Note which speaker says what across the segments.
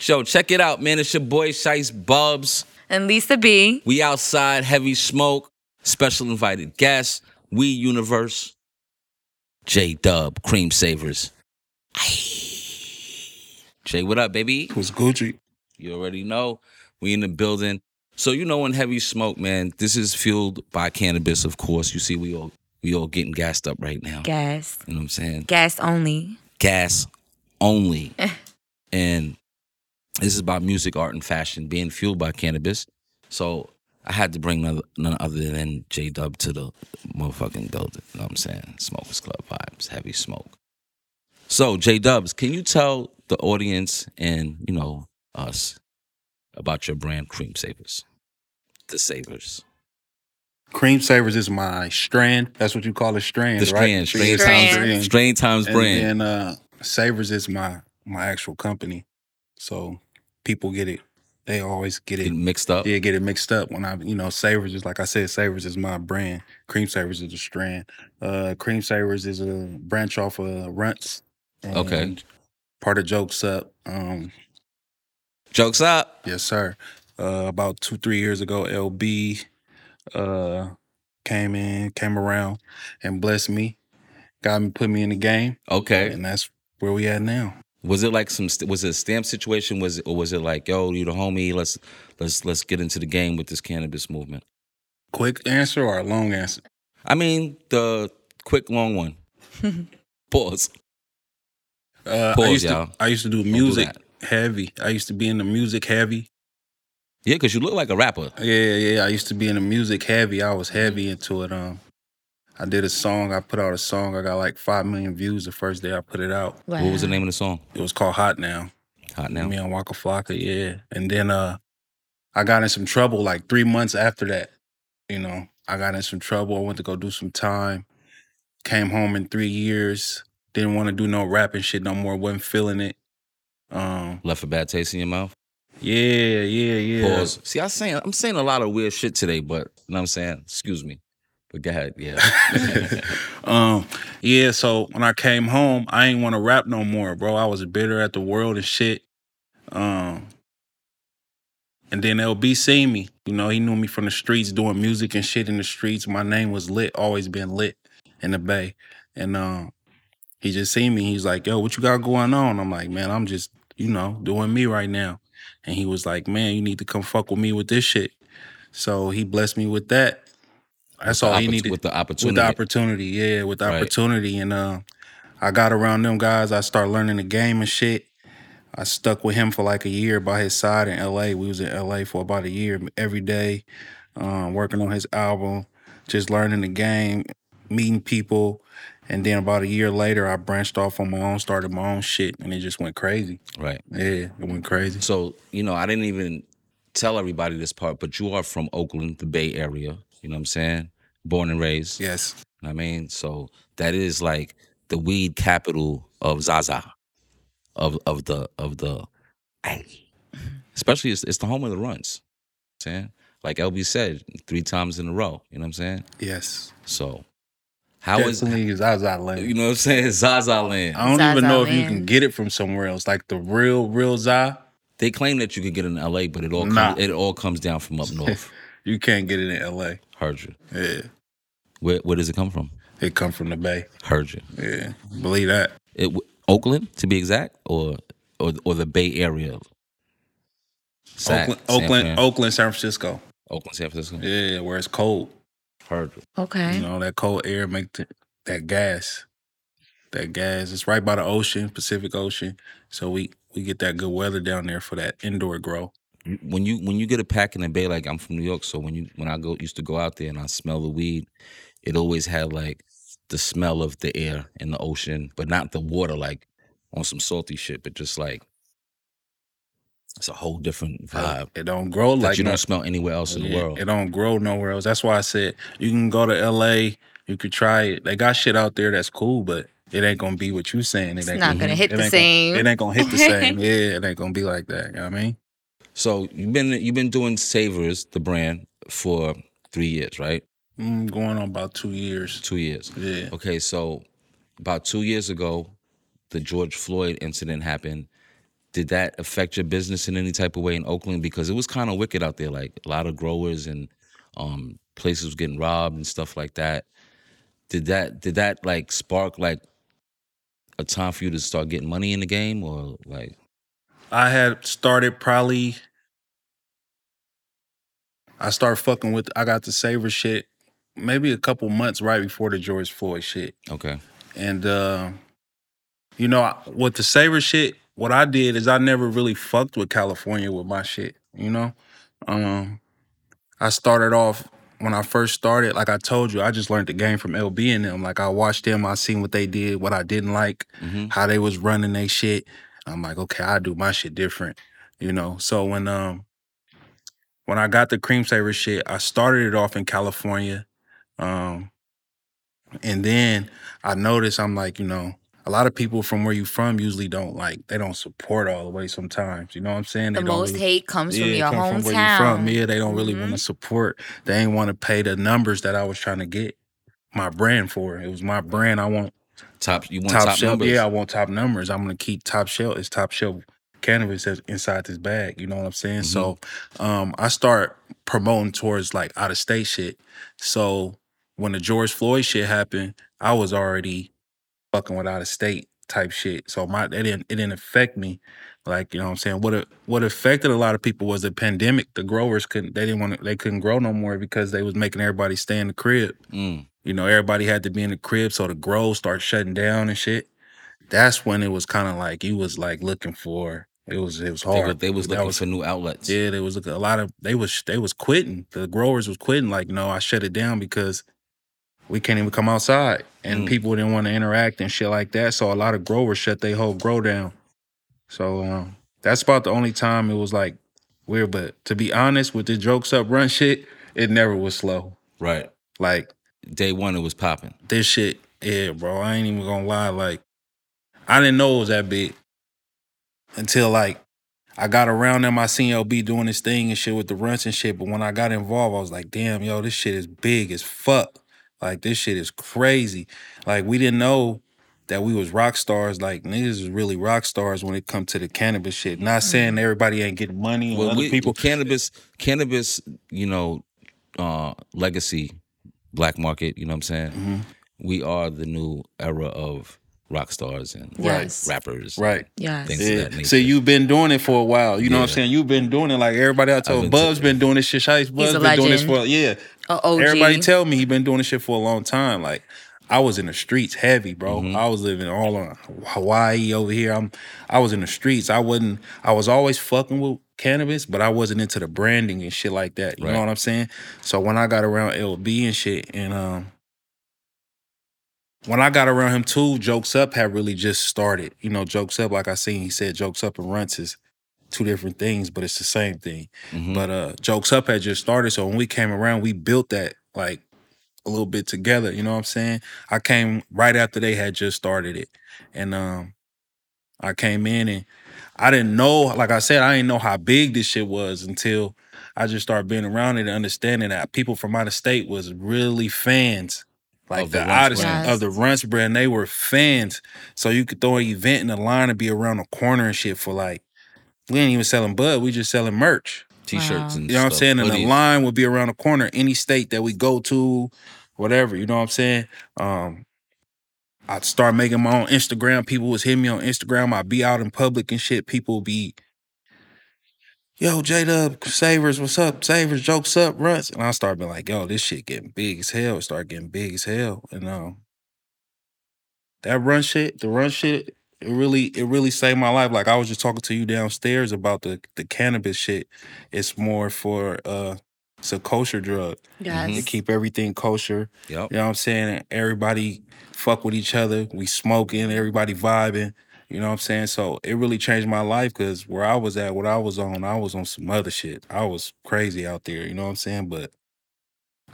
Speaker 1: So check it out, man. It's your boy Shice Bubs.
Speaker 2: And Lisa B.
Speaker 1: We outside, heavy smoke, special invited guests, We Universe, J Dub, Cream Savers. Jay, what up, baby?
Speaker 3: was Gucci.
Speaker 1: You already know. We in the building. So you know in heavy smoke, man, this is fueled by cannabis, of course. You see, we all we all getting gassed up right now.
Speaker 2: Gas.
Speaker 1: You know what I'm saying?
Speaker 2: Gas only.
Speaker 1: gas only. and this is about music, art, and fashion being fueled by cannabis. So I had to bring none, none other than J Dub to the motherfucking building. You know what I'm saying? Smokers Club vibes, heavy smoke. So J Dubs, can you tell the audience and you know us about your brand, Cream Savers? The Savers,
Speaker 3: Cream Savers is my strand. That's what you call a strand,
Speaker 1: the
Speaker 3: right?
Speaker 1: Strand,
Speaker 3: Strain
Speaker 1: Strain
Speaker 2: Strand.
Speaker 1: Times, Strain Times
Speaker 3: And
Speaker 1: brand.
Speaker 3: then uh, Savers is my my actual company. So people get it. They always get it.
Speaker 1: Get mixed up.
Speaker 3: Yeah, get it mixed up when I, you know, Savers is like I said, Savers is my brand. Cream Savers is a strand. Uh, Cream Savers is a branch off of Runts. and
Speaker 1: Okay.
Speaker 3: Part of Jokes Up. Um,
Speaker 1: Jokes up.
Speaker 3: Yes, sir. Uh, about two, three years ago, LB uh, came in, came around, and blessed me. Got me, put me in the game,
Speaker 1: Okay.
Speaker 3: and that's where we at now.
Speaker 1: Was it like some? st- Was it a stamp situation? Was it, or was it like, yo, you the homie? Let's let's let's get into the game with this cannabis movement.
Speaker 3: Quick answer or a long answer?
Speaker 1: I mean, the quick long one. Pause.
Speaker 3: Uh,
Speaker 1: Pause,
Speaker 3: I used
Speaker 1: y'all.
Speaker 3: to I used to do
Speaker 1: do
Speaker 3: music
Speaker 1: that.
Speaker 3: heavy. I used to be in the music heavy.
Speaker 1: Yeah, because you look like a rapper.
Speaker 3: Yeah, yeah. I used to be in the music heavy. I was heavy into it. Um, I did a song. I put out a song. I got like five million views the first day I put it out.
Speaker 2: Wow.
Speaker 1: What was the name of the song?
Speaker 3: It was called Hot Now.
Speaker 1: Hot now.
Speaker 3: Me and Waka Flocka, yeah. And then uh I got in some trouble like three months after that. You know, I got in some trouble. I went to go do some time. Came home in three years. Didn't want to do no rapping shit no more. Wasn't feeling it. Um,
Speaker 1: Left a bad taste in your mouth.
Speaker 3: yeah, yeah, yeah.
Speaker 1: Pause. See, I saying I'm saying a lot of weird shit today, but you know what I'm saying. Excuse me. But go ahead. Yeah.
Speaker 3: um, yeah, so when I came home, I ain't want to rap no more, bro. I was bitter at the world and shit. Um, and then LB seen me. You know, he knew me from the streets, doing music and shit in the streets. My name was lit, always been lit in the Bay. And um, he just seen me. He's like, "Yo, what you got going on?" I'm like, "Man, I'm just, you know, doing me right now." And he was like, "Man, you need to come fuck with me with this shit." So he blessed me with that. That's all he
Speaker 1: Oppor-
Speaker 3: needed
Speaker 1: with the opportunity.
Speaker 3: with the opportunity, yeah, with the
Speaker 1: Right.
Speaker 3: opportunity, and uh, I got around them guys. I started learning the game and shit. I stuck with him for like a year by his side in L.A. We was in L.A. for about a year every day, um, working on his album, just learning the game, meeting people, and then about a year later, I branched off on my own, started my own shit, and it just went crazy.
Speaker 1: right.
Speaker 3: Yeah, it went crazy.
Speaker 1: So, you know, I didn't even tell everybody this part, but you are from Oakland, the Bay Area. You know what I'm saying? Born and raised.
Speaker 3: Yes,
Speaker 1: You know what I mean? So that is like the weed capital of Zaza, of of the of the, especially it's, it's the home of the runs. You know what I'm saying like LB said, three times in a row. You know what I'm saying?
Speaker 3: yes.
Speaker 1: So how is
Speaker 3: Definitely Zaza Land.
Speaker 1: you know what I'm saying? Zaza land.
Speaker 3: I don't even
Speaker 2: Zaza
Speaker 3: know if you
Speaker 2: Land.
Speaker 3: can get it from somewhere else, like the real, real Zaza.
Speaker 1: They claim that you could get it in LA, but it all
Speaker 3: Nah.
Speaker 1: comes, it all comes down from up north.
Speaker 3: You can't get it in LA.
Speaker 1: Heard you.
Speaker 3: Yeah.
Speaker 1: Where where does it come from?
Speaker 3: It come from the Bay.
Speaker 1: Heard you.
Speaker 3: Yeah. Believe that.
Speaker 1: It w- Oakland to be exact, or or or the Bay Area. Sac,
Speaker 3: Oakland,
Speaker 1: San
Speaker 3: Oakland,
Speaker 1: Fran.
Speaker 3: Oakland, San Francisco.
Speaker 1: Oakland, San Francisco.
Speaker 3: Yeah, where it's cold.
Speaker 1: Heard you.
Speaker 2: Okay.
Speaker 3: You know, that cold air make th- that gas. That gas. It's right by the ocean, Pacific Ocean. So we we get that good weather down there for that indoor grow.
Speaker 1: You- When you when you get a pack in the bay, like I'm from New York, so when you when I go used to go out there and I smell the weed, it always had like the smell of the air and the ocean, but not the water, like on some salty shit, but just like it's a whole different vibe
Speaker 3: It don't grow
Speaker 1: that
Speaker 3: like
Speaker 1: you
Speaker 3: no-
Speaker 1: don't smell anywhere else in the
Speaker 3: Yeah,
Speaker 1: world.
Speaker 3: It don't grow nowhere else. That's why I said you can go to LA, you could try it. They got shit out there that's cool, but it ain't gonna be what you saying. It
Speaker 2: It's
Speaker 3: ain't
Speaker 2: not gonna
Speaker 1: Mm-hmm.
Speaker 2: hit
Speaker 3: it
Speaker 2: the
Speaker 3: ain't
Speaker 2: same.
Speaker 3: Gonna, it ain't gonna hit the same. Yeah, it ain't gonna be like that. You know what I mean?
Speaker 1: So you've been you've been doing Savers, the brand, for three years, right?
Speaker 3: Mm, going on about two years.
Speaker 1: Two years.
Speaker 3: Yeah.
Speaker 1: Okay, so about two years ago, the George Floyd incident happened, Did that affect your business in any type of way in Oakland? Because it was kind of wicked out there. Like a lot of growers and um, places was getting robbed and stuff like that. Did that did that like spark like a time for you to start getting money in the game or like
Speaker 3: I had started probably. I started fucking with. I got the Savor shit, maybe a couple months right before the George Floyd shit,
Speaker 1: okay
Speaker 3: and uh, you know, I- with the Savor shit, what I did is I never really fucked with California with my shit. You know, um, I started off when I first started. Like I told you, I just learned the game from LB and them. Like I watched them, I seen what they did, what I didn't like
Speaker 1: hmm
Speaker 3: how they was running they shit. I'm like, okay, I do my shit different, you know. So when um when I got the cream saver shit, I started it off in California, um, and then I noticed I'm like, you know, a lot of people from where you from usually don't like they don't support all the way sometimes. You know what I'm saying?
Speaker 2: The
Speaker 3: they
Speaker 2: most
Speaker 3: don't really-
Speaker 2: hate comes from
Speaker 3: Yeah,
Speaker 2: your
Speaker 3: come
Speaker 2: hometown.
Speaker 3: from where you from. Yeah, they don't really
Speaker 2: Mhm.
Speaker 3: want to support. They ain't want to pay the numbers that I was trying to get my brand for. It was my brand. I want
Speaker 1: top you want
Speaker 3: top,
Speaker 1: top,
Speaker 3: shelf.
Speaker 1: numbers
Speaker 3: Yeah, I want top numbers. I'm gonna keep top shelf. It's top shelf cannabis that's inside this bag. You know what I'm
Speaker 1: Mm-hmm.
Speaker 3: saying? So, um, I start promoting towards like out of state shit. So when the George Floyd shit happened, I was already fucking with out of state type shit. So my it didn't it didn't affect me. Like you know what I'm saying. What a- what affected a lot of people was the pandemic. The growers couldn't they didn't want to, they couldn't grow no more because they was making everybody stay in the crib.
Speaker 1: Mm.
Speaker 3: You know, everybody had to be in the crib, so the grows start shutting down and shit. That's when it was kind of like you was like looking for. It was it was
Speaker 1: They, were-
Speaker 3: hard.
Speaker 1: Oh, they was
Speaker 3: That
Speaker 1: looking for new outlets
Speaker 3: yeah, they was looking a lot of they was they was quitting. The growers was quitting. Like no, I shut it down because we can't even come outside, and
Speaker 1: Mm.
Speaker 3: people didn't want to interact and shit like that. So a lot of growers shut their whole grow down. So um, that's about the only time it was like weird. But to be honest, with the jokes up run shit, it never was slow.
Speaker 1: right
Speaker 3: Like
Speaker 1: day one it was popping
Speaker 3: this shit, yeah, bro. I ain't even gonna lie. Like, I didn't know it was that big until like I got around them. I seen LB doing his thing and shit with the runs and shit. But when I got involved, I was like, damn, yo, this shit is big as fuck. Like, this shit is crazy. Like, we didn't know that we was rock stars. Like, niggas is really rock stars when it come to the cannabis shit. Not saying everybody ain't getting money and
Speaker 1: Mm-hmm. well
Speaker 3: other
Speaker 1: we,
Speaker 3: people.
Speaker 1: cannabis cannabis you know uh legacy black market you know what i'm saying
Speaker 3: Mhm.
Speaker 1: we are the new era of rock stars and
Speaker 2: Yes.
Speaker 1: rappers
Speaker 3: Right.
Speaker 2: Yes.
Speaker 1: Things-
Speaker 3: Yeah.
Speaker 1: that nature.
Speaker 3: So you've been doing it for a while. You know what I'm
Speaker 1: Yeah.
Speaker 3: saying? You've been doing it like everybody else.
Speaker 1: I've
Speaker 3: Told
Speaker 1: been
Speaker 3: Buzz
Speaker 1: t-
Speaker 3: been doing this shit. Shice Buzz
Speaker 2: a
Speaker 3: been doing this
Speaker 2: legend.
Speaker 3: for yeah.
Speaker 2: A OG.
Speaker 3: Everybody tell me he been doing this shit for a long time. Like I was in the streets heavy, bro.
Speaker 1: Mhm.
Speaker 3: I was living all on Hawaii over here. I'm I was in the streets. I wasn't I was always fucking with cannabis, but I wasn't into the branding and shit like that. You
Speaker 1: Right.
Speaker 3: know what I'm saying? So when I got around LB and shit and um when I got around him too, Jokes Up had really just started. You know, Jokes Up, like I seen, he said Jokes Up and Runts is two different things, but it's the same thing.
Speaker 1: Mhm.
Speaker 3: But uh Jokes Up had just started. So when we came around, we built that like a little bit together. You know what I'm saying? I came right after they had just started it. And um I came in and I didn't know, like I said, I didn't know how big this shit was until I just started being around it and understanding that people from out of state was really fans. Like
Speaker 1: Of
Speaker 3: the,
Speaker 1: the Runts
Speaker 3: out of,
Speaker 2: brand.
Speaker 3: of the Runts brand, they were fans. So you could throw an event in the line and be around the corner and shit for like, we ain't even selling bud, we just selling merch.
Speaker 1: t-shirts
Speaker 2: Wow.
Speaker 1: and
Speaker 3: You know what I'm
Speaker 1: stuff,
Speaker 3: saying? And the
Speaker 1: hoodies.
Speaker 3: line would be around the corner, any state that we go to, whatever. You know what I'm saying? Um, I'd start making my own Instagram. People was hitting me on Instagram. I'd be out in public and shit. People would be, yo, J Dub, Savers, what's up? Savers, jokes up, runs. And I start being like, yo, this shit getting big as hell. It started getting big as hell. And um, that run shit, the run shit, it really, it really saved my life. Like I was just talking to you downstairs about the the cannabis shit. It's more for uh it's a kosher drug.
Speaker 2: yes.
Speaker 1: Mhm.
Speaker 3: They keep everything kosher.
Speaker 1: Yep.
Speaker 3: You know what I'm saying? Everybody fuck with each other. We smoking, everybody vibing. You know what I'm saying? So it really changed my life because where I was at, what I was on, I was on some other shit. I was crazy out there. You know what I'm saying? But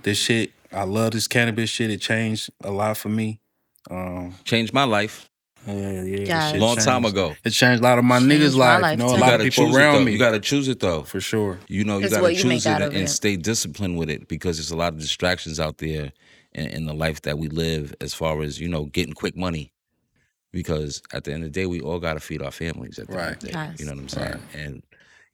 Speaker 3: this shit, I love this cannabis shit. It changed a lot for me. Um,
Speaker 1: Changed my life
Speaker 3: yeah, yeah. this
Speaker 2: Yes.
Speaker 1: a
Speaker 3: shit
Speaker 1: long time
Speaker 3: changed.
Speaker 1: ago.
Speaker 3: It changed a lot of my
Speaker 2: Changed
Speaker 3: niggas'
Speaker 2: my
Speaker 3: life. You
Speaker 1: you
Speaker 2: life, too.
Speaker 3: know, a lot
Speaker 1: gotta
Speaker 3: of people
Speaker 1: choose it, though.
Speaker 3: around me.
Speaker 1: You gotta choose it though.
Speaker 3: for sure.
Speaker 1: You know, you
Speaker 2: It's
Speaker 1: gotta
Speaker 2: what you
Speaker 1: choose it
Speaker 2: make out
Speaker 1: and,
Speaker 2: of it.
Speaker 1: stay disciplined with it because there's a lot of distractions out there in, in the life that we live as far as, you know, getting quick money. because at the end of the day, we all got to feed our families. At the end of the day,
Speaker 2: Right. Yes.
Speaker 1: you know what I'm saying? And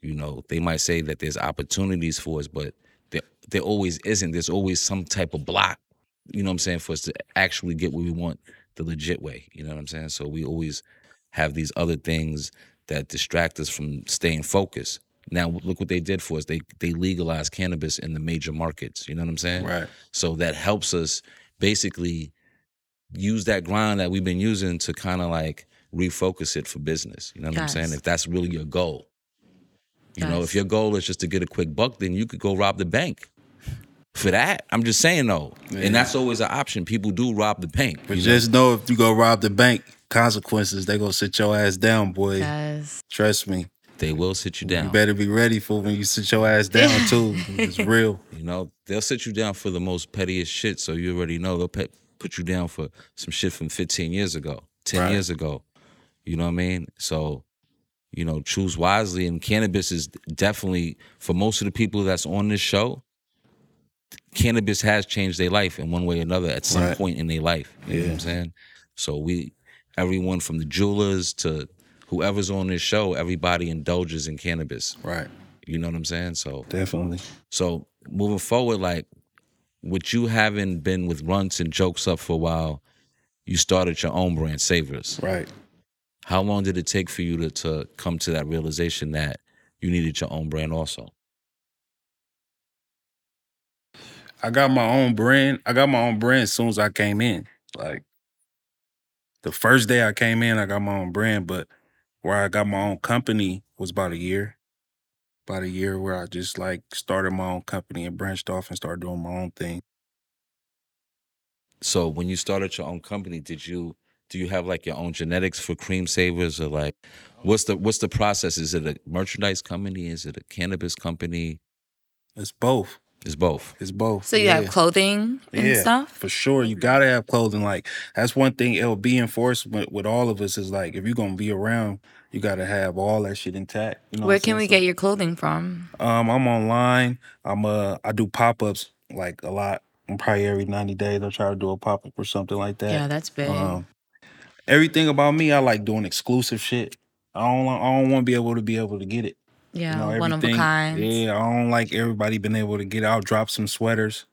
Speaker 1: you know, they might say that there's opportunities for us, but there there always isn't. There's always some type of block. You know what I'm saying? For us to actually get what we want the legit way. You know what I'm saying? So we always have these other things that distract us from staying focused. Now look what they did for us. They they legalized cannabis in the major markets. You know what I'm saying?
Speaker 3: Right.
Speaker 1: So that helps us basically use that grind that we've been using to kind of like refocus it for business. You know what
Speaker 2: Yes.
Speaker 1: I'm saying? If that's really your goal. You know,
Speaker 2: Yes.
Speaker 1: if your goal is just to get a quick buck, then you could go rob the bank. For that, I'm just saying though, and that's always an option. People do rob the bank.
Speaker 3: But
Speaker 1: you know?
Speaker 3: just know if you go rob the bank, consequences they gonna sit your ass down, boy.
Speaker 2: Yes.
Speaker 3: Trust me.
Speaker 1: They will sit you
Speaker 3: You
Speaker 1: down.
Speaker 3: better be ready for when you sit your ass down too. It's real.
Speaker 1: You know, they'll sit you down for the most pettiest shit. So you already know they'll pe- put you down for some shit from 15 years ago, 10
Speaker 3: Right.
Speaker 1: years ago. You know what I mean? So, you know, choose wisely. And cannabis is definitely, for most of the people that's on this show, cannabis has changed their life in one way or another at some
Speaker 3: Right.
Speaker 1: point in their life. You know what I'm saying? So we, everyone from the jewelers to whoever's on this show, everybody indulges in cannabis.
Speaker 3: Right.
Speaker 1: You know what I'm saying? So
Speaker 3: Definitely.
Speaker 1: so moving forward, like with you having been with Runts and Jokes Up for a while, you started your own brand, Savers.
Speaker 3: Right.
Speaker 1: How long did it take for you to, to come to that realization that you needed your own brand also?
Speaker 3: I got my own brand. I got my own brand as soon as I came in. Like the first day I came in, I got my own brand, but where I got my own company was about a year. About a year where I just like started my own company and branched off and started doing my own thing.
Speaker 1: So when you started your own company, did you do you have like your own genetics for cream savers or like what's the what's the process? Is it a merchandise company? Is it a cannabis company?
Speaker 3: It's both.
Speaker 1: It's both.
Speaker 3: It's both.
Speaker 2: So you
Speaker 3: Yeah.
Speaker 2: have clothing and stuff?
Speaker 3: For sure. You gotta have clothing. Like that's one thing LB enforcement with all of us is like if you're gonna be around, you gotta have all that shit intact. You know
Speaker 2: Where
Speaker 3: what I'm
Speaker 2: can
Speaker 3: saying?
Speaker 2: we
Speaker 3: So-
Speaker 2: get your clothing from?
Speaker 3: Um, I'm online. I'm uh I do pop ups like a lot. I'm probably every 90 days I'll try to do a pop up or something like that.
Speaker 2: Yeah, that's big.
Speaker 3: Um, everything about me, I like doing exclusive shit. I don't I don't want to be able to be able to get it.
Speaker 2: yeah,
Speaker 3: you know,
Speaker 2: one of a
Speaker 3: everything-
Speaker 2: kind.
Speaker 3: Yeah, I don't like everybody been able to get. it. I'll drop some sweaters.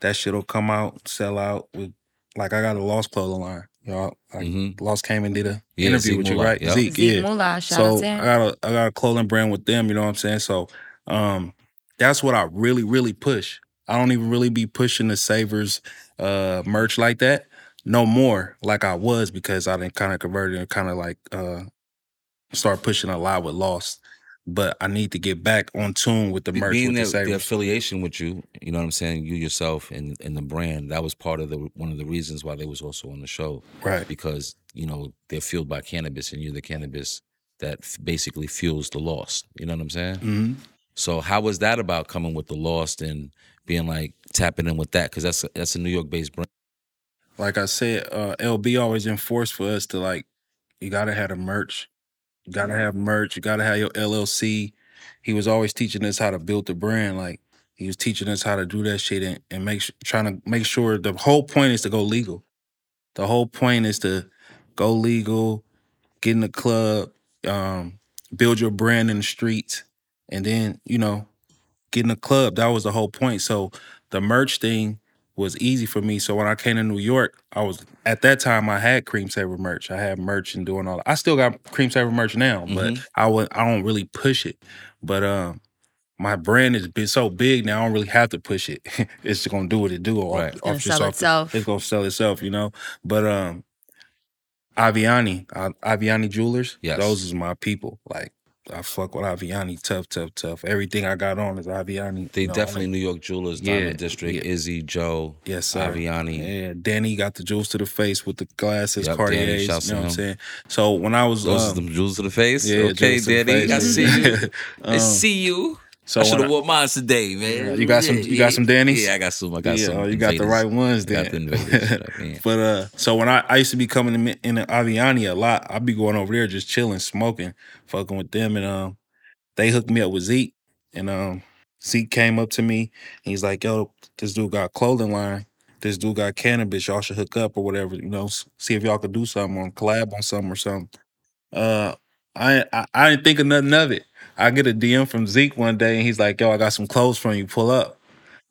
Speaker 3: That shit'll come out, sell out with. Like I got a Lost clothing line. Y'all, like,
Speaker 1: Mhm.
Speaker 3: Lost came and did a
Speaker 1: Yeah,
Speaker 3: interview
Speaker 1: Zeke
Speaker 3: with you,
Speaker 1: Moolah,
Speaker 3: right?
Speaker 1: yep.
Speaker 3: Zeke,
Speaker 2: Mm. Zeke
Speaker 3: yeah
Speaker 2: Moolah, shout out
Speaker 3: so uh,
Speaker 2: to
Speaker 3: I
Speaker 2: him.
Speaker 3: got a I got a clothing brand with them. You know what I'm saying? So um, that's what I really really push. I don't even really be pushing the Savers uh, merch like that no more, like I was because I didn't kind of converted and kind of like uh, start pushing a lot with Lost. But I need to get back on tune with the
Speaker 1: Be-
Speaker 3: merch
Speaker 1: being
Speaker 3: with
Speaker 1: the,
Speaker 3: the
Speaker 1: the
Speaker 3: Savers.
Speaker 1: affiliation with you, you know what I'm saying. You yourself and and the brand that was part of the one of the reasons why they was also on the show
Speaker 3: right.
Speaker 1: because you know they're fueled by cannabis and you're the cannabis that f- basically fuels the lost. You know what I'm saying.
Speaker 3: hmm
Speaker 1: So how was that about coming with the lost and being like tapping in with that because that's a, that's a New York based brand.
Speaker 3: like I said, uh, LB always enforced for us to like, you gotta have the merch, you gotta have merch, you gotta have your LLC. He was always teaching us how to build the brand. Like he was teaching us how to do that shit and, and make su- trying to make sure the whole point is to go legal. The whole point is to go legal, get in the club, um, build your brand in the streets, and then you know, get in the club. That was the whole point. So the merch thing was easy for me. So when I came to New York, I was at that time I had Cream Saver merch. I had merch and doing all. I still got Cream Saver merch now, but
Speaker 1: Mhm.
Speaker 3: I would I don't really push it. But um, my brand has been so big now. I don't really have to push it. it's just gonna do what it do. off-
Speaker 1: Right.
Speaker 3: off
Speaker 2: gonna
Speaker 3: just
Speaker 2: sell
Speaker 3: off the-
Speaker 2: itself.
Speaker 3: it's gonna sell itself, you know. But um, Aviani, uh, Aviani Jewelers,
Speaker 1: Yes.
Speaker 3: those is my people. Like I fuck with Aviani, tough, tough, tough. Everything I got on is Aviani.
Speaker 1: They
Speaker 3: you know,
Speaker 1: definitely
Speaker 3: like-
Speaker 1: New York jewelers,
Speaker 3: Yeah,
Speaker 1: Diamond District,
Speaker 3: yeah.
Speaker 1: Izzy, Joe,
Speaker 3: yes, sir.
Speaker 1: Aviani.
Speaker 3: Yeah, Danny got the jewels to the face with the glasses,
Speaker 1: Yup, Danny,
Speaker 3: Cartiers.
Speaker 1: shouts
Speaker 3: you know
Speaker 1: to
Speaker 3: what
Speaker 1: him.
Speaker 3: I'm saying? So when I was
Speaker 1: Those
Speaker 3: um,
Speaker 1: are the jewels to the face.
Speaker 3: yeah,
Speaker 1: okay,
Speaker 3: jewels to the
Speaker 1: Daddy, I
Speaker 3: face,
Speaker 1: see
Speaker 3: yeah.
Speaker 1: you. I
Speaker 3: Um,
Speaker 1: see you.
Speaker 3: so
Speaker 1: I should
Speaker 3: when
Speaker 1: have wore mine today, man.
Speaker 3: You got some- you got some Dannies?
Speaker 1: Yeah, I got some. I got
Speaker 3: yeah,
Speaker 1: some.
Speaker 3: oh, you got the
Speaker 1: invaders.
Speaker 3: right ones.
Speaker 1: I
Speaker 3: Then.
Speaker 1: got the invaders. you know what I mean?
Speaker 3: But uh, so when I, I used to be coming in, in the Aviani a lot, I'd be going over there just chilling, smoking, fucking with them, and um, they hooked me up with Zeke, and um, Zeke came up to me, and he's like, "Yo, this dude got a clothing line. this dude got cannabis. Y'all should hook up or whatever. You know, s- see if y'all could do something or collab on something or something. Uh, I I, I didn't think of nothing of it. I get a DM from Zeke one day and he's like, "Yo, I got some clothes from you. Pull up."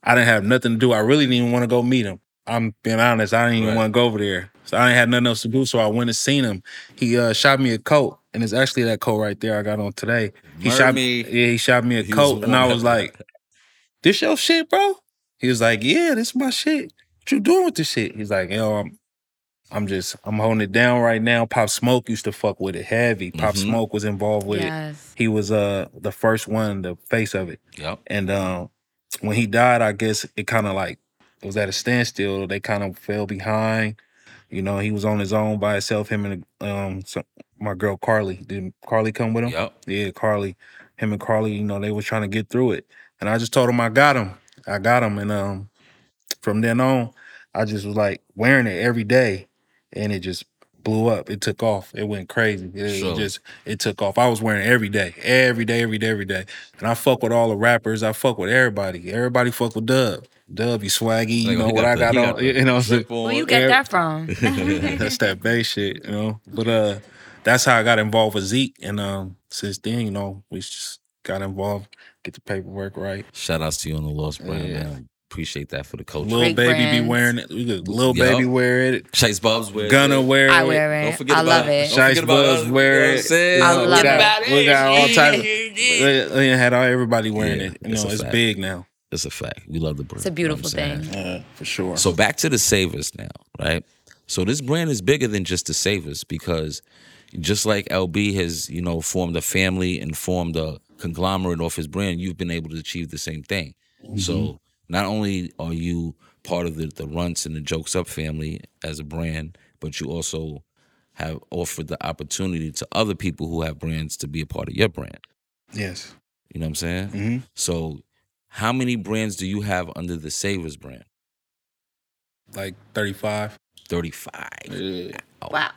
Speaker 3: I didn't have nothing to do. I really didn't even want to go meet him. I'm being honest. I didn't even
Speaker 1: Right.
Speaker 3: want to go over there. So I didn't have nothing else to do. So I went and seen him. He uh, shot me a coat, and it's actually that coat right there I got on today. He
Speaker 1: Murder
Speaker 3: shot
Speaker 1: me.
Speaker 3: Yeah, he shot me a
Speaker 1: He was
Speaker 3: coat, and I
Speaker 1: one-
Speaker 3: was like, this your shit, bro? He was like, yeah, this my shit. What you doing with this shit? He's like, yo, I'm, I'm just, I'm holding it down right now. Pop Smoke used to fuck with it heavy. Pop
Speaker 1: Mhm.
Speaker 3: Smoke was involved with it.
Speaker 2: yes.
Speaker 3: He was uh the first one, the face of it.
Speaker 1: Yep.
Speaker 3: And um, when he died, I guess it kind of like it was at a standstill. They kind of fell behind. You know, he was on his own by himself. Him and um, so my girl Carly. Did Carly come with him?
Speaker 1: Yep.
Speaker 3: Yeah, Carly, him and Carly, you know, they was trying to get through it. And I just told him I got him. I got him. And um, from then on, I just was like wearing it every day. And it just blew up. It took off. It went crazy. It, it
Speaker 1: Sure.
Speaker 3: just it took off. I was wearing it every day. Every day, every day, every day. And I fuck with all the rappers. I fuck with everybody. Everybody fuck with Dub. Dub, you swaggy, you
Speaker 1: Like,
Speaker 3: know
Speaker 1: he
Speaker 3: what
Speaker 1: got
Speaker 3: I
Speaker 1: the-
Speaker 3: got
Speaker 1: he
Speaker 3: on.
Speaker 1: got the
Speaker 3: You know, so-
Speaker 1: drip on.
Speaker 2: Where you get
Speaker 3: air-
Speaker 2: that from?
Speaker 3: that's that bass shit, you know. But uh, that's how I got involved with Zeke, and um, since then, you know, we just got involved, get the paperwork right.
Speaker 1: Shout outs to you on the Lost Brand,
Speaker 3: Yeah.
Speaker 1: man. Appreciate that for the culture.
Speaker 3: Little
Speaker 2: Big
Speaker 3: baby be
Speaker 2: brands.
Speaker 3: wearing it. We could little
Speaker 1: Yup.
Speaker 3: baby wear it.
Speaker 1: Chase Bubs with
Speaker 3: Gunna wear it.
Speaker 2: I wear
Speaker 1: Don't
Speaker 2: it.
Speaker 1: forget
Speaker 2: I
Speaker 1: about
Speaker 2: love it.
Speaker 1: Don't
Speaker 3: Shice
Speaker 1: forget about us,
Speaker 3: Buzz
Speaker 1: you
Speaker 3: wear
Speaker 1: know what I'm
Speaker 3: it.
Speaker 1: saying?
Speaker 2: I
Speaker 3: You know, we
Speaker 2: love
Speaker 3: got,
Speaker 1: it.
Speaker 3: We got all types. Of,
Speaker 1: Yeah.
Speaker 3: we, we had all everybody wearing
Speaker 1: Yeah,
Speaker 3: it. You
Speaker 1: it's
Speaker 3: know,
Speaker 1: a
Speaker 3: it's
Speaker 1: fact.
Speaker 3: big now.
Speaker 1: It's a fact. We love the brand.
Speaker 2: It's a
Speaker 1: you know what I'm
Speaker 2: beautiful
Speaker 1: saying?
Speaker 2: thing.
Speaker 3: Uh, for sure.
Speaker 1: So back to the savers now, right? So this brand is bigger than just the savers because just like LB has, you know, formed a family and formed a conglomerate off his brand, you've been able to achieve the same thing. So not only are you part of the, the runts and the jokes up family as a brand, but you also have offered the opportunity to other people who have brands to be a part of your brand.
Speaker 3: Mm-hmm. yes.
Speaker 1: You know what I'm saying?
Speaker 3: hmm
Speaker 1: So how many brands do you have under the savers brand?
Speaker 3: Like thirty five.
Speaker 1: 35.
Speaker 3: Yeah.
Speaker 2: Wow.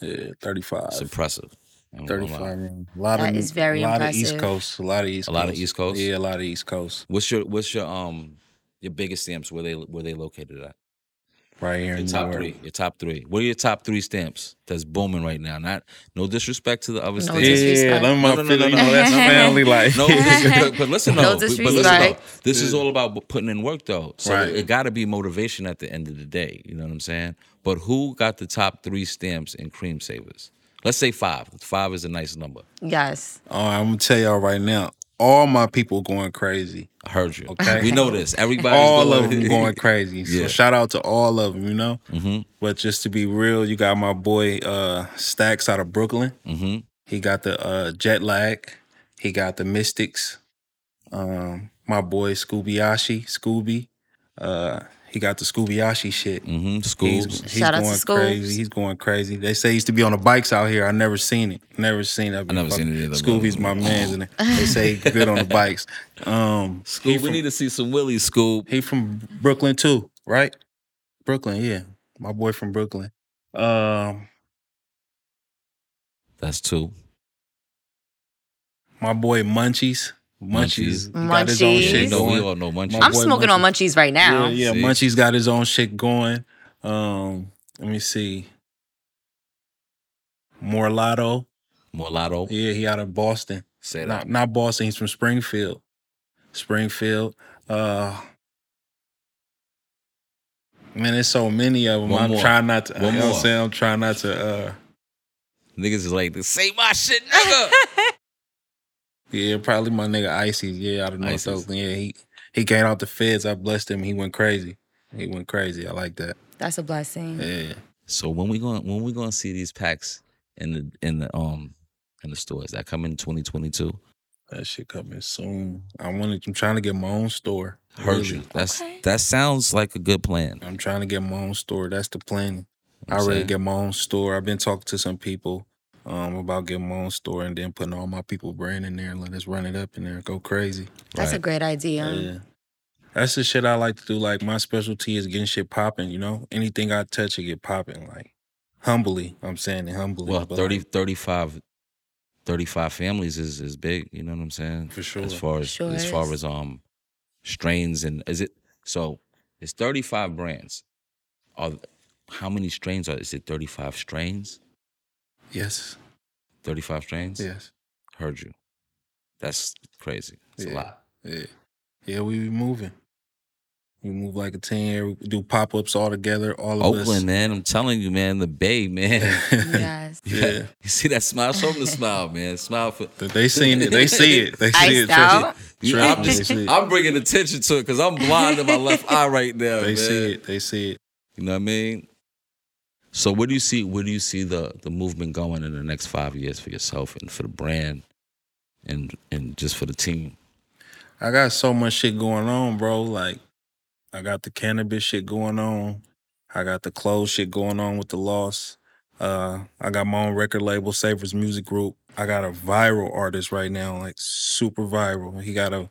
Speaker 3: Yeah. Thirty five.
Speaker 1: It's impressive. I don't know why.
Speaker 3: 35 room. A lot
Speaker 2: That
Speaker 3: of
Speaker 2: is very
Speaker 3: a lot of East
Speaker 2: impressive.
Speaker 3: Coast. A lot of East
Speaker 1: A
Speaker 3: Coast.
Speaker 1: lot of East Coast?
Speaker 3: Yeah, a lot of East Coast.
Speaker 1: What's your what's your um your biggest stamps? Where they where they located at?
Speaker 3: Right here
Speaker 1: Your
Speaker 3: in New
Speaker 1: top
Speaker 3: York.
Speaker 1: three. Your top three. What are your top three stamps that's booming right now? Not no disrespect to the other
Speaker 2: No
Speaker 1: stamps.
Speaker 2: dis-
Speaker 3: Yeah,
Speaker 2: disrespect.
Speaker 3: them
Speaker 1: No, no,
Speaker 3: my
Speaker 1: no,
Speaker 3: no,
Speaker 1: no,
Speaker 3: you
Speaker 1: no.
Speaker 3: know that's family like.
Speaker 1: No, but, but listen
Speaker 2: No
Speaker 1: though. but- But listen though.
Speaker 2: disrespect.
Speaker 1: This is
Speaker 3: Yeah.
Speaker 1: all about bu- putting in work though. So
Speaker 3: Right.
Speaker 1: it got to be motivation at the end of the day. You know what I'm saying? But who got the top three stamps in Cream Savers? Let's say five. Five is a nice number.
Speaker 2: Yes.
Speaker 3: Oh, I'm gonna tell y'all right now. All my people going crazy.
Speaker 1: I heard you.
Speaker 3: Okay.
Speaker 1: We know this. Everybody's
Speaker 3: All
Speaker 1: going,
Speaker 3: of them going crazy. So
Speaker 1: Yeah.
Speaker 3: shout out to all of them. You know.
Speaker 1: Mm-hmm.
Speaker 3: But just to be real, you got my boy uh Stacks out of Brooklyn.
Speaker 1: Mm-hmm.
Speaker 3: He got the uh, jet lag. He got the Mystics. Um, my boy Scoobiashi, Scooby. Uh, he got the Scoobiashi shit.
Speaker 1: Mm-hmm.
Speaker 3: He's,
Speaker 1: Schools.
Speaker 3: he's
Speaker 2: Shout out to
Speaker 3: going
Speaker 2: Scoobs.
Speaker 3: crazy. He's going crazy. They say he used to be on the bikes out here. I never seen it. Never seen it.
Speaker 1: I never seen it either,
Speaker 3: Scooby's
Speaker 1: bro.
Speaker 3: my man's, and they say he's good on the bikes. Um,
Speaker 1: Scoop,
Speaker 3: he
Speaker 1: we
Speaker 3: from-
Speaker 1: need to see some Willie Scoop.
Speaker 3: he from Brooklyn too, right? Brooklyn, yeah. My boy from Brooklyn. Um,
Speaker 1: That's two.
Speaker 3: my boy Munchies.
Speaker 1: Munchies.
Speaker 3: Munchies, he got his own
Speaker 2: Munchies.
Speaker 1: Yeah,
Speaker 3: shit
Speaker 1: you know, we
Speaker 3: going.
Speaker 1: all know Munchie.
Speaker 3: My
Speaker 2: I'm
Speaker 3: boy
Speaker 2: smoking on munchies right now.
Speaker 3: Yeah, yeah.
Speaker 1: See?
Speaker 3: Munchie's got his own shit going. Um, let me see. Morlato.
Speaker 1: Mulatto.
Speaker 3: Yeah, he out of Boston.
Speaker 1: Say that.
Speaker 3: Not not Boston, he's from Springfield. Springfield. Uh Man, there's so many of them.
Speaker 1: One
Speaker 3: I'm
Speaker 1: more.
Speaker 3: trying not to.
Speaker 1: One
Speaker 3: you know what
Speaker 1: more.
Speaker 3: I'm saying? I'm trying not to. Uh,
Speaker 1: Niggas is like, say my shit, nigga.
Speaker 3: yeah, probably my nigga Ices. Yeah, out of North
Speaker 1: Ices.
Speaker 3: Oakland. Yeah, he he came out the feds. I blessed him. He went crazy. He went crazy. I like that.
Speaker 2: That's a blessing.
Speaker 1: Mm.
Speaker 3: Yeah.
Speaker 1: so when we going when we gonna see these packs in the in the um in the stores that come in 2022?
Speaker 3: That shit coming soon. I wanted. I'm trying to get my own store.
Speaker 1: Heard
Speaker 3: really.
Speaker 1: you. That's
Speaker 2: Okay.
Speaker 1: that sounds like a good plan.
Speaker 3: I'm trying to get my own store. That's the plan. I
Speaker 1: I'm
Speaker 3: already
Speaker 1: saying.
Speaker 3: get my own store. I've been talking to some people um, about getting my own store and then putting all my people brand in there and let us run it up in there. Go crazy.
Speaker 2: That's a
Speaker 1: Right.
Speaker 2: great idea.
Speaker 3: Yeah. That's the shit I like to do. Like my specialty is getting shit popping. You know, anything I touch, it get popping. Like humbly, I'm saying it humbly.
Speaker 1: Well,
Speaker 3: but,
Speaker 1: 30,
Speaker 3: like,
Speaker 1: 35, 35 families is is big. You know what I'm saying?
Speaker 3: for sure.
Speaker 1: As far as
Speaker 2: Sure
Speaker 1: as far
Speaker 2: is.
Speaker 1: as um strains and is it so? It's 35 brands. are how many strains are is it 35 strains?
Speaker 3: Yes.
Speaker 1: 35 strains?
Speaker 3: Yes.
Speaker 1: Heard you. That's crazy. It's
Speaker 3: yeah.
Speaker 1: a lot.
Speaker 3: Yeah. Yeah, we be moving. We move like a team. We do pop ups all together. All of
Speaker 1: Oakland, man. I'm telling you, man. The Bay, man.
Speaker 2: Yes.
Speaker 3: us. Yeah.
Speaker 1: you see that smile? Show them the smile, man. Smile for.
Speaker 3: They seen it. They see it. They see
Speaker 2: Iced
Speaker 3: it. Trust me.
Speaker 2: out.
Speaker 1: You,
Speaker 3: Trust
Speaker 1: I'm
Speaker 3: me, they
Speaker 1: just,
Speaker 3: see it.
Speaker 1: I'm bringing attention to it because I'm blind in my left eye right now,
Speaker 3: They
Speaker 1: Oh, man.
Speaker 3: see it. They see it.
Speaker 1: You know what I mean? So where do you see where do you see the the movement going in the next five years for yourself and for the brand and and just for the team?
Speaker 3: I got so much shit going on, bro. Like, I got the cannabis shit going on. I got the clothes shit going on with the loss. Uh, I got my own record label, Savers Music Group. I got a viral artist right now, like super viral. He got a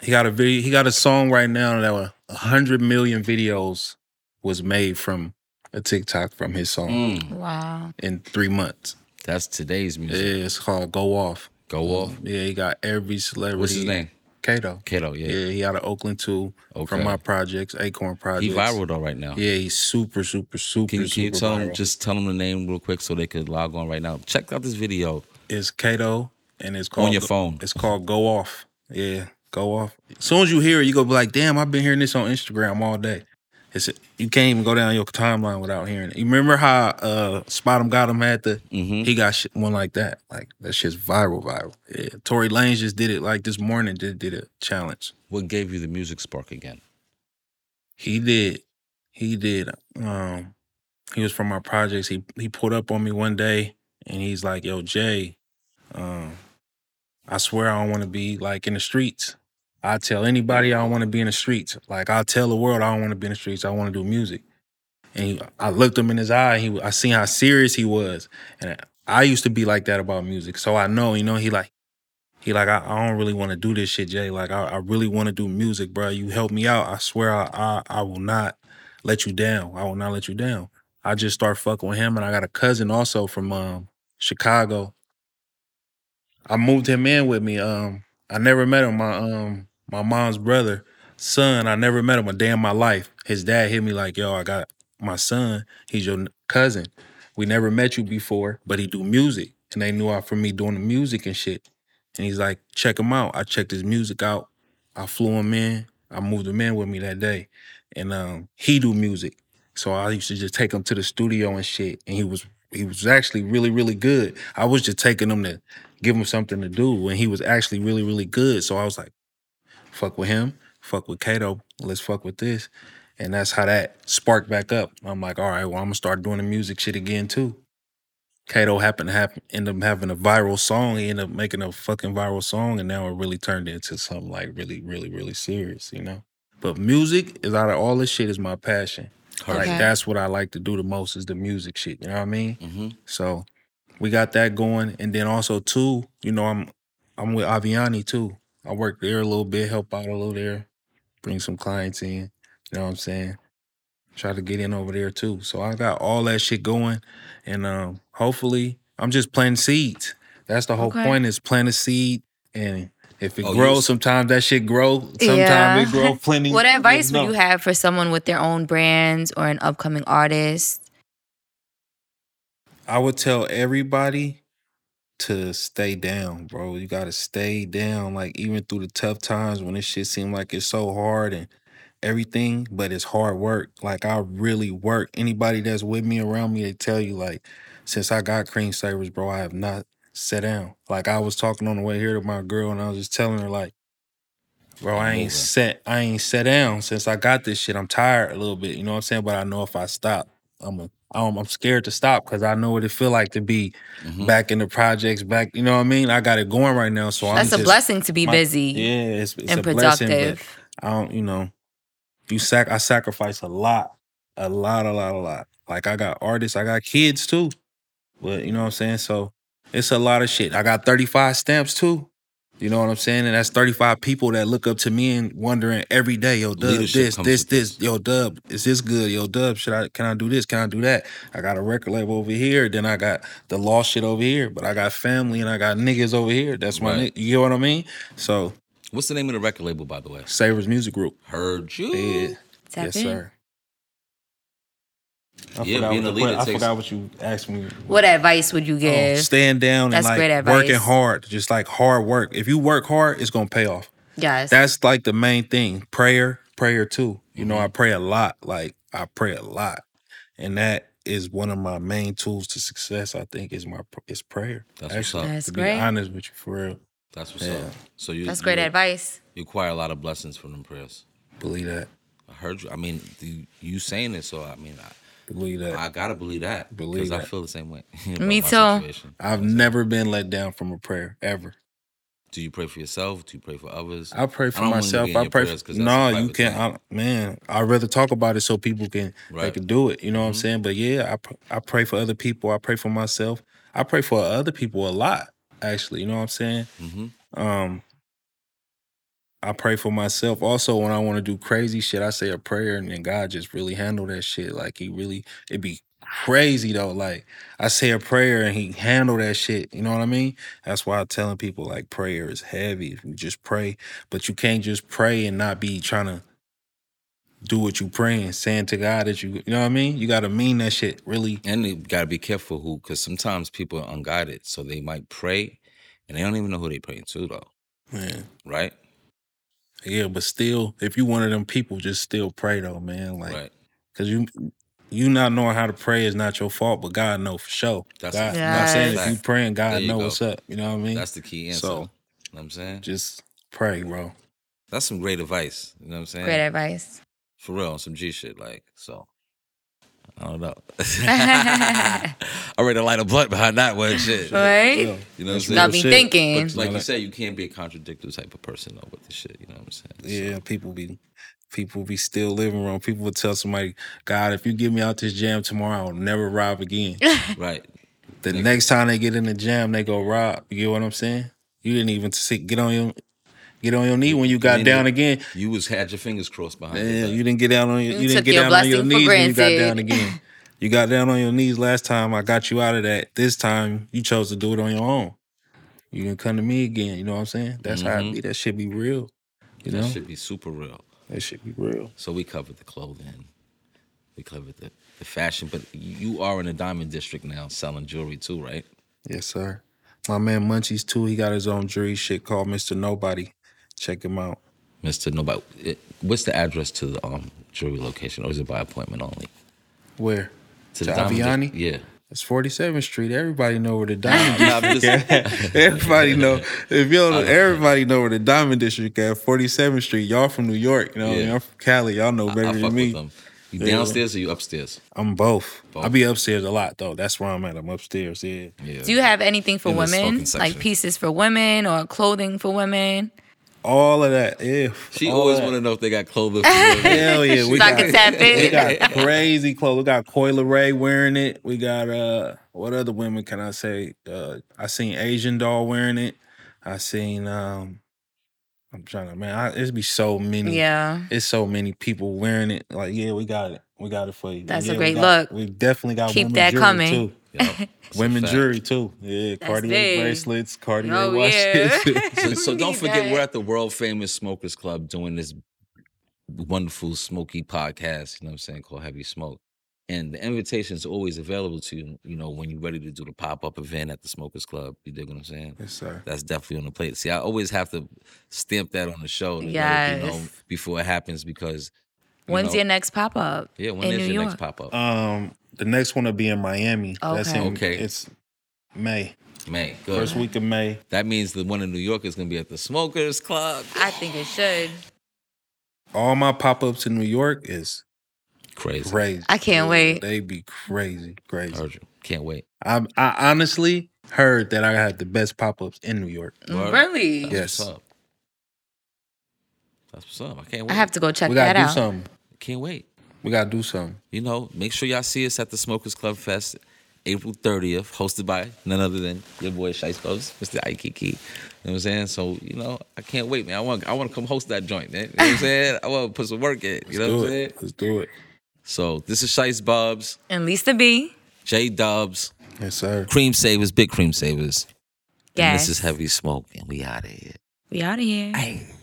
Speaker 3: he got a video. He got a song right now that a hundred million videos was made from a TikTok from his song
Speaker 1: Mm,
Speaker 2: Wow.
Speaker 3: in three months.
Speaker 1: that's today's
Speaker 3: Yeah,
Speaker 1: music.
Speaker 3: it's called Go Off.
Speaker 1: Go off.
Speaker 3: Yeah, he got every celebrity.
Speaker 1: What's his name?
Speaker 3: Kato.
Speaker 1: Kato, yeah.
Speaker 3: Yeah, he out of Oakland too.
Speaker 1: Okay.
Speaker 3: From my projects, Acorn projects.
Speaker 1: he viral though right now.
Speaker 3: Yeah, he's super, super, super,
Speaker 1: Can, can you
Speaker 3: super
Speaker 1: tell
Speaker 3: viral.
Speaker 1: him just tell them the name real quick so they could log on right now? Check out this video.
Speaker 3: it's Kato, and it's called
Speaker 1: your phone.
Speaker 3: It's called Go Off. Yeah, Go Off. As soon as you hear it, you go be like, "Damn, I've been hearing this on Instagram all day." It's you can't even go down your timeline without hearing it. You remember how uh Spot 'em got him at the
Speaker 1: Mm-hmm.
Speaker 3: he got shit, one like that. Like that shit's viral, viral. Yeah. Tory Lanez just did it like this morning, did did a challenge.
Speaker 1: What gave you the music spark again?
Speaker 3: He did. He did. Um, he was from my projects. He he pulled up on me one day and he's like, "Yo, Jay, um, I swear I don't want to be like in the streets. I tell anybody I don't want to be in the streets. Like I tell the world I don't want to be in the streets. I want to do music." And he, I looked him in his eye. He, I seen how serious he was, and I used to be like that about music. So I know, you know, he like. He like, I, I don't really want to do this shit, Jay. Like, I, I really want to do music, bro. You help me out. I swear I, I I will not let you down. I will not let you down. I just start fucking with him, and I got a cousin also from um Chicago. I moved him in with me. Um, I never met him. My um my mom's brother, son. I never met him a day in my life. His dad hit me like, yo, I got my son. He's your n- cousin. We never met you before, but he do music, and they knew out from me doing the music and shit. And he's like, check him out. I checked his music out. I flew him in. I moved him in with me that day. And um, he do music. So I used to just take him to the studio and shit. And he was he was actually really, really good. I was just taking him to give him something to do. And he was actually really, really good. So I was like, fuck with him, fuck with Kato, let's fuck with this. And that's how that sparked back up. I'm like, all right, well, I'm gonna start doing the music shit again too. Kato happened to happen, end up having a viral song. He ended up making a fucking viral song, and now it really turned into something like really, really, really serious, you know. But music is out of all this shit is my passion. Like
Speaker 2: Okay.
Speaker 3: that's what I like to do the most is the music shit. You know what I mean?
Speaker 1: Mm-hmm.
Speaker 3: So we got that going, and then also too, you know, I'm I'm with Aviani too. I work there a little bit, help out a little there, bring some clients in. You know what I'm saying? Try to get in over there too. So I got all that shit going, and um, hopefully, I'm just planting seeds. That's the whole
Speaker 2: Okay.
Speaker 3: point is plant a seed, and if it
Speaker 1: Oh, you
Speaker 3: grows,
Speaker 1: was-
Speaker 3: sometimes that shit grow. Sometimes
Speaker 2: Yeah.
Speaker 3: it grow plenty.
Speaker 2: What advice
Speaker 3: No.
Speaker 2: would you have for someone with their own brands or an upcoming artist?
Speaker 3: I would tell everybody to stay down, bro. You gotta stay down. Like even through the tough times when this shit seemed like it's so hard and everything, but it's hard work. Like I really work. Anybody that's with me around me, they tell you like, since I got cream savers, bro, I have not sat down. Like I was talking on the way here to my girl and I was just telling her like, bro, I
Speaker 1: Moving.
Speaker 3: ain't set I ain't sat down since I got this shit. I'm tired a little bit, you know what I'm saying? But I know if I stop, I'm a I'm, I'm scared to stop because I know what it feel like to be
Speaker 2: Mm.
Speaker 1: Mhm.
Speaker 3: back in the projects, back. You know what I mean? I got it going right now, so I'm
Speaker 2: That's a
Speaker 3: just-
Speaker 2: blessing to be
Speaker 3: my-
Speaker 2: busy
Speaker 3: Yeah, it's, it's
Speaker 2: and
Speaker 3: a blessing,
Speaker 2: productive.
Speaker 3: but I don't, you know, you sac. I sacrifice a lot, a lot, a lot, a lot. Like I got artists, I got kids too, but you know what I'm saying. So it's a lot of shit. I got 35 stamps too. You know what I'm saying? And that's 35 people that look up to me and wondering every day, yo, Dub,
Speaker 1: Leadership
Speaker 3: this,
Speaker 1: comes
Speaker 3: this,
Speaker 1: with
Speaker 3: this, yo, Dub, is this good? Yo, Dub, should I, can I do this? Can I do that? I got a record label over here. Then I got the law shit over here, but I got family and I got niggas over here. That's my,
Speaker 1: Right.
Speaker 3: ni- you get what I mean? So
Speaker 1: What's the name of the record label, by the way?
Speaker 3: Savers Music Group.
Speaker 1: Heard you.
Speaker 3: Yeah.
Speaker 2: Tap
Speaker 3: yes,
Speaker 2: in.
Speaker 3: sir. I
Speaker 1: Yeah,
Speaker 3: forgot
Speaker 1: being
Speaker 3: what
Speaker 1: a
Speaker 3: the
Speaker 1: leader
Speaker 3: que- I
Speaker 1: takes-
Speaker 3: forgot what you asked me.
Speaker 2: What advice would
Speaker 3: Oh,
Speaker 2: you give?
Speaker 3: Stand down
Speaker 2: That's
Speaker 3: and
Speaker 2: great
Speaker 3: like
Speaker 2: advice.
Speaker 3: working hard. Just like hard work. If you work hard, it's gonna pay off.
Speaker 2: yes.
Speaker 3: That's like the main thing. Prayer, prayer too. You know,
Speaker 1: Mm-hmm.
Speaker 3: I pray a lot. Like I pray a lot, and that is one of my main tools to success. I think is my pr- is prayer.
Speaker 1: That's what's
Speaker 3: Actually,
Speaker 1: up.
Speaker 2: That's
Speaker 3: to be
Speaker 2: great.
Speaker 3: honest with you, for real,
Speaker 1: That's what's
Speaker 3: Yeah.
Speaker 1: up. So you
Speaker 2: That's great
Speaker 1: you,
Speaker 2: advice.
Speaker 1: You acquire a lot of blessings from them prayers.
Speaker 3: believe that.
Speaker 1: I heard you. I mean, you, you saying it, so I mean,
Speaker 3: Believe
Speaker 1: I,
Speaker 3: that.
Speaker 1: I gotta believe that
Speaker 3: Believe
Speaker 1: because I
Speaker 3: that.
Speaker 1: feel the same way. about my
Speaker 2: Me too.
Speaker 1: situation.
Speaker 3: I've never been let down from a prayer ever.
Speaker 1: Do you pray for yourself? Do you pray for others?
Speaker 3: I pray for
Speaker 1: don't wanna
Speaker 3: myself.
Speaker 1: get in
Speaker 3: I
Speaker 1: your
Speaker 3: pray.
Speaker 1: prayers
Speaker 3: For,
Speaker 1: 'cause that's a
Speaker 3: no, you
Speaker 1: private
Speaker 3: can't.
Speaker 1: thing.
Speaker 3: I, man, I'd rather talk about it so people can they
Speaker 1: Right. Mm-hmm.
Speaker 3: can do it. You know what I'm saying? But yeah, I pr- I pray for other people. I pray for myself. I pray for other people a lot. Actually, you know what I'm saying?
Speaker 1: Mm-hmm.
Speaker 3: Um, I pray for myself. Also, when I want to do crazy shit, I say a prayer, and then God just really handle that shit. Like He really, it'd be crazy though. Like I say a prayer, and He handle that shit. You know what I mean? That's why I'm telling people like prayer is heavy. If you just pray, but you can't just pray and not be trying to do what you praying, saying to God that you, you know what I mean? You got to mean that shit really.
Speaker 1: And you gotta be careful who, because sometimes people are unguided, so they might pray, and they don't even know who they praying to, though.
Speaker 3: Man.
Speaker 1: Right.
Speaker 3: Yeah, but still, if you one of them people, just still pray though, man. Like.
Speaker 1: right.
Speaker 3: Cause you you not knowing how to pray is not your fault, but God know for sure.
Speaker 1: That's
Speaker 3: God,
Speaker 1: a-
Speaker 3: I'm not saying
Speaker 2: Yes.
Speaker 3: if you praying,
Speaker 1: There
Speaker 3: God
Speaker 1: you
Speaker 3: know
Speaker 1: go.
Speaker 3: what's up. You know what I mean?
Speaker 1: That's the key answer.
Speaker 3: So-
Speaker 1: you know what I'm saying
Speaker 3: Just pray, bro.
Speaker 1: that's some great advice. You know what I'm saying?
Speaker 2: Great advice.
Speaker 1: for real on some G shit. Like, so I don't know. I read a light of blood behind that one shit.
Speaker 2: Right?
Speaker 1: You know what I'm
Speaker 3: That's real
Speaker 1: saying?
Speaker 2: Got me
Speaker 3: shit.
Speaker 2: thinking.
Speaker 1: Like
Speaker 3: But know
Speaker 1: you
Speaker 3: that-
Speaker 1: said, you can't be a contradictory type of person though with the shit. You know what I'm saying?
Speaker 3: Yeah, people be people be still living wrong. People would tell somebody, God, if you give me out this jam tomorrow, I'll never rob again.
Speaker 1: So, right.
Speaker 3: the next time they get in the jam, they go rob. You get what I'm saying? You didn't even sit, get on your get on your knee when you got
Speaker 1: didn't
Speaker 3: down
Speaker 1: do-
Speaker 3: again.
Speaker 1: You was had your fingers crossed behind
Speaker 3: Yeah,
Speaker 1: your back.
Speaker 3: you didn't get down on your, you, didn't
Speaker 2: took
Speaker 3: get
Speaker 2: your
Speaker 3: down on your
Speaker 2: blessing for
Speaker 3: knees when you got
Speaker 2: granted.
Speaker 3: down again. you got down on your knees last time. I got you out of that. This time you chose to do it on your own. You can come to me again. You know what I'm saying? That's how it
Speaker 2: Mm-hmm.
Speaker 1: Mhm.
Speaker 3: be. That should be real. You know
Speaker 1: That should be super real.
Speaker 3: that should be real.
Speaker 1: So we covered the clothing. We covered the, the fashion, but you are in the diamond district now selling jewelry too, right?
Speaker 3: Yes, sir. My man Munchies too. He got his own jury shit called Mr. Nobody. Check him out.
Speaker 1: Mr. Nobody. It, what's the address to the um, jewelry location or is it by appointment only?
Speaker 3: Where?
Speaker 1: To,
Speaker 3: To
Speaker 1: Diamond Dis-
Speaker 3: Aviani?
Speaker 1: Yeah.
Speaker 3: It's 47th Street. Everybody know where the diamond
Speaker 1: Nah, but it's-
Speaker 3: Everybody know if you don't, everybody know where the Diamond District at 47th Street. Y'all from New York, you know. what I mean?
Speaker 1: Yeah.
Speaker 3: I'm from Cali. Y'all know better
Speaker 1: I
Speaker 3: than
Speaker 1: fuck
Speaker 3: me.
Speaker 1: with them. You downstairs or you upstairs?
Speaker 3: I'm both. I
Speaker 1: Both.
Speaker 3: be upstairs a lot though. That's where I'm at. I'm upstairs. Yeah.
Speaker 1: Yeah.
Speaker 2: Do you have anything for
Speaker 1: In the smoking
Speaker 2: women? Like
Speaker 1: section.
Speaker 2: pieces for women or clothing for women?
Speaker 3: All of that. Yeah.
Speaker 1: she
Speaker 3: all
Speaker 1: always
Speaker 3: that.
Speaker 1: want to know if they got clothing. for women.
Speaker 3: Hell yeah. We
Speaker 2: so I can tap
Speaker 3: we
Speaker 2: in.
Speaker 3: got crazy clothes. We got Coil Ray wearing it. We got uh what other women can I say? Uh I seen Asian doll wearing it. I seen um I'm trying to man, I, it'd be so many.
Speaker 2: yeah.
Speaker 3: It's so many people wearing it. Like, yeah, we got it. We got it for you.
Speaker 2: That's a
Speaker 3: Yeah, we
Speaker 2: great
Speaker 3: got-
Speaker 2: look.
Speaker 3: We definitely got
Speaker 2: Keep
Speaker 3: women
Speaker 2: that
Speaker 3: jewelry
Speaker 2: coming.
Speaker 3: too.
Speaker 1: Yup. It's a
Speaker 3: Women
Speaker 1: fact.
Speaker 3: jewelry too. Yeah, Cartier
Speaker 2: big.
Speaker 3: bracelets, Cartier
Speaker 2: Oh,
Speaker 3: watches.
Speaker 2: yeah.
Speaker 1: So,
Speaker 2: We
Speaker 1: so don't
Speaker 2: need
Speaker 1: forget,
Speaker 2: that.
Speaker 1: we're at the world famous Smokers Club doing this wonderful smoky podcast. You know what I'm saying? Called Heavy Smoke. And the invitation is always available to you. You know when you're ready to do the pop up event at the Smokers Club. You dig what I'm saying?
Speaker 3: yes, sir.
Speaker 1: That's definitely on the plate. See, I always have to stamp that on the show. to let it be
Speaker 2: Yes.
Speaker 1: known before it happens, because you
Speaker 2: When's
Speaker 1: know-
Speaker 2: your next pop up?
Speaker 1: yeah? When
Speaker 2: in
Speaker 1: is
Speaker 2: New
Speaker 1: your
Speaker 2: York?
Speaker 1: next pop up?
Speaker 3: Um, the next one will be in Miami. That's
Speaker 2: Okay.
Speaker 3: in,
Speaker 1: Okay.
Speaker 3: It's May.
Speaker 1: May good.
Speaker 3: First week of May.
Speaker 1: That means the one in New York is going to be at the Smokers Club.
Speaker 2: I think it should.
Speaker 3: All my pop ups in New York is
Speaker 1: Crazy.
Speaker 3: crazy.
Speaker 2: I can't wait.
Speaker 3: They be crazy, crazy.
Speaker 1: Heard you. Can't wait.
Speaker 3: I, I honestly heard that I had the best pop ups in New York.
Speaker 1: Word.
Speaker 2: Mm, Really?
Speaker 1: That's
Speaker 3: Yes.
Speaker 1: what's up. That's what's up. I can't wait.
Speaker 2: I have to go check
Speaker 3: we
Speaker 2: that
Speaker 3: gotta do
Speaker 2: out.
Speaker 3: something.
Speaker 1: Can't wait.
Speaker 3: We gotta do something.
Speaker 1: You know, make sure y'all see us at the Smokers Club Fest, April 30th, hosted by none other than your boy Shice Bubs, Mr. Aikiki. You know what I'm saying? So, you know, I can't wait, man. I want I want to come host that joint, man. You know what I'm saying? I want to put some work in. You know
Speaker 3: do
Speaker 1: what I'm
Speaker 3: it.
Speaker 1: saying?
Speaker 3: Let's do it.
Speaker 1: So, this is Shice Bubs,
Speaker 2: And Lisa B.
Speaker 1: J Dubs,
Speaker 3: Yes, sir.
Speaker 1: Cream Savers, Big Cream Savers. And
Speaker 2: Yes.
Speaker 1: this is Heavy Smoke, and we out of here.
Speaker 2: we out of here.
Speaker 1: Hey.